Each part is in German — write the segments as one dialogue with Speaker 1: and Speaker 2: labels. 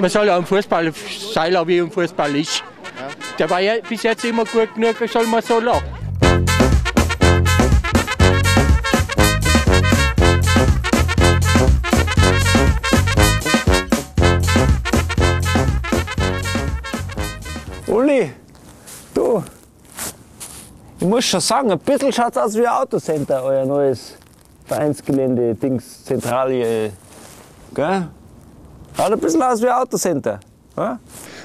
Speaker 1: man soll auch im Fußball sein, wie im Fußball ist. Der war ja bis jetzt immer gut genug, soll man so lassen.
Speaker 2: Uli, du, ich muss schon sagen, ein bisschen schaut aus wie ein Autocenter, euer neues Vereinsgelände, Dings, Zentralie. Gell? Schaut ein bisschen aus wie ein Autocenter. Ja?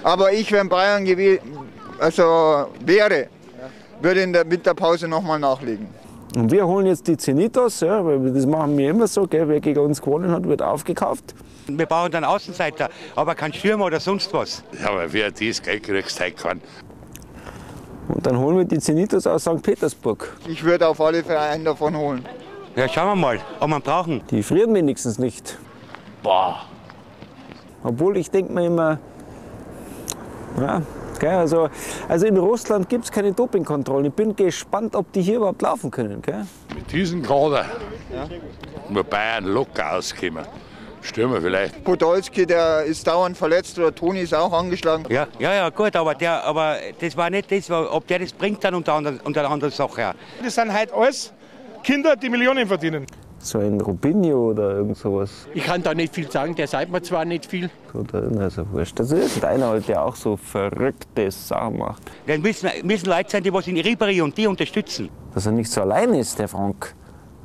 Speaker 3: Aber ich, wenn Bayern gewählt, also wäre, würde in der Winterpause nochmal nachlegen.
Speaker 2: Und wir holen jetzt die Zenitas, ja, weil wir- das machen wir immer so, gell? wer gegen uns gewonnen hat, wird aufgekauft.
Speaker 4: Wir brauchen dann Außenseiter, aber kein Stürmer oder sonst was.
Speaker 5: Ja, aber wer dies Geld kriegst, halt kann.
Speaker 2: Und dann holen wir die Zenitas aus St. Petersburg.
Speaker 3: Ich würde auf alle Fälle einen davon holen.
Speaker 4: Ja, schauen wir mal, ob wir ihn brauchen.
Speaker 2: Die frieren wenigstens nicht.
Speaker 5: Boah.
Speaker 2: Obwohl ich denke mir immer, ja, gell, also, also in Russland gibt es keine Dopingkontrollen. Ich bin gespannt, ob die hier überhaupt laufen können. Gell?
Speaker 5: Mit diesem Kader nur Bayern locker auskommen. Stürmer vielleicht.
Speaker 3: Podolski, der ist dauernd verletzt oder Toni ist auch angeschlagen.
Speaker 4: Ja, ja, ja, gut, aber, der, aber das war nicht das, ob der das bringt dann unter, anderen, unter einer anderen Sache. her.
Speaker 6: Das sind heute alles Kinder, die Millionen verdienen.
Speaker 2: So ein Rubinho oder irgend sowas.
Speaker 1: Ich kann da nicht viel sagen, der sagt mir zwar nicht viel.
Speaker 2: Oder, na, ist ja wurscht. Das ist einer, halt, der auch so verrückte Sachen macht.
Speaker 4: Dann müssen, müssen Leute sein, die was in Ribery und die unterstützen.
Speaker 2: Dass er nicht so allein ist, der Frank.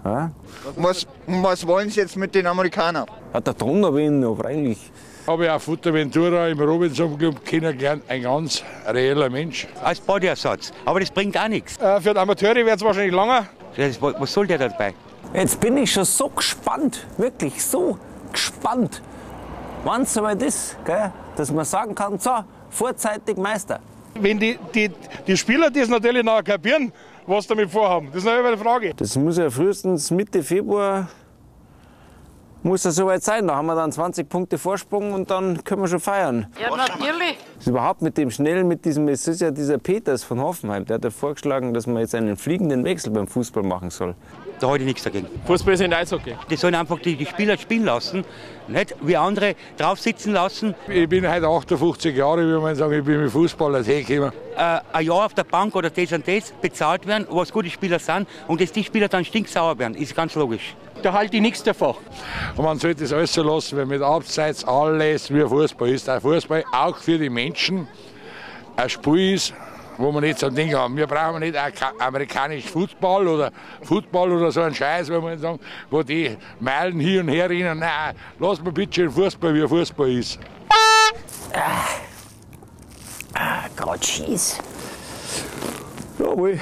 Speaker 2: Ja?
Speaker 3: Was, was wollen sie jetzt mit den Amerikanern?
Speaker 2: Hat der Donnerwind noch eigentlich.
Speaker 5: Habe ich auch Fuerteventura im Robinson Club kennengelernt. Ein ganz reeller Mensch.
Speaker 4: Als Bodyersatz. Aber das bringt auch nichts.
Speaker 6: Äh, Für die Amateure wird es wahrscheinlich langer.
Speaker 4: Das, was was soll der dabei?
Speaker 2: Jetzt bin ich schon so gespannt, wirklich so gespannt, wann es soweit ist, gell? dass man sagen kann, so, vorzeitig Meister.
Speaker 6: Wenn die, die, die Spieler das natürlich nachher kapieren, was damit vorhaben, das ist eine andere Frage.
Speaker 2: Das muss ja frühestens Mitte Februar muss das soweit sein. Da haben wir dann 20 Punkte Vorsprung und dann können wir schon feiern.
Speaker 7: Ja, natürlich.
Speaker 2: Das ist überhaupt mit dem Schnellen, mit diesem, es ist ja dieser Peters von Hoffenheim, der hat ja vorgeschlagen, dass man jetzt einen fliegenden Wechsel beim Fußball machen soll.
Speaker 4: Da halte ich nichts dagegen.
Speaker 6: Fußball ist ein Eishockey.
Speaker 4: Die sollen einfach die, die Spieler spielen lassen, nicht wie andere drauf sitzen lassen,
Speaker 5: Ich bin heute 58 Jahre, wie man sagen, ich bin mit Fußballer hergekommen.
Speaker 4: äh, ein Jahr auf der Bank oder das und das bezahlt werden, was gute Spieler sind und dass die Spieler dann stinksauer werden, ist ganz logisch.
Speaker 1: Da halte ich nichts davon.
Speaker 5: Und man sollte das alles so lassen, weil mit Abseits alles wie Fußball ist. Ein Fußball auch für die Menschen ein Spiel ist, wo man nicht so ein Ding haben. Wir brauchen nicht auch ka- amerikanisch Fußball oder Football oder so einen Scheiß, wo man sagen, wo die Meilen hier und her rennen. Nein, lass mal bitte den Fußball, wie er Fußball ist.
Speaker 2: Gottschies. Jawohl.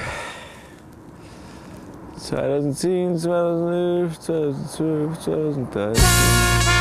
Speaker 2: 2010, 2011, 2012, 2013.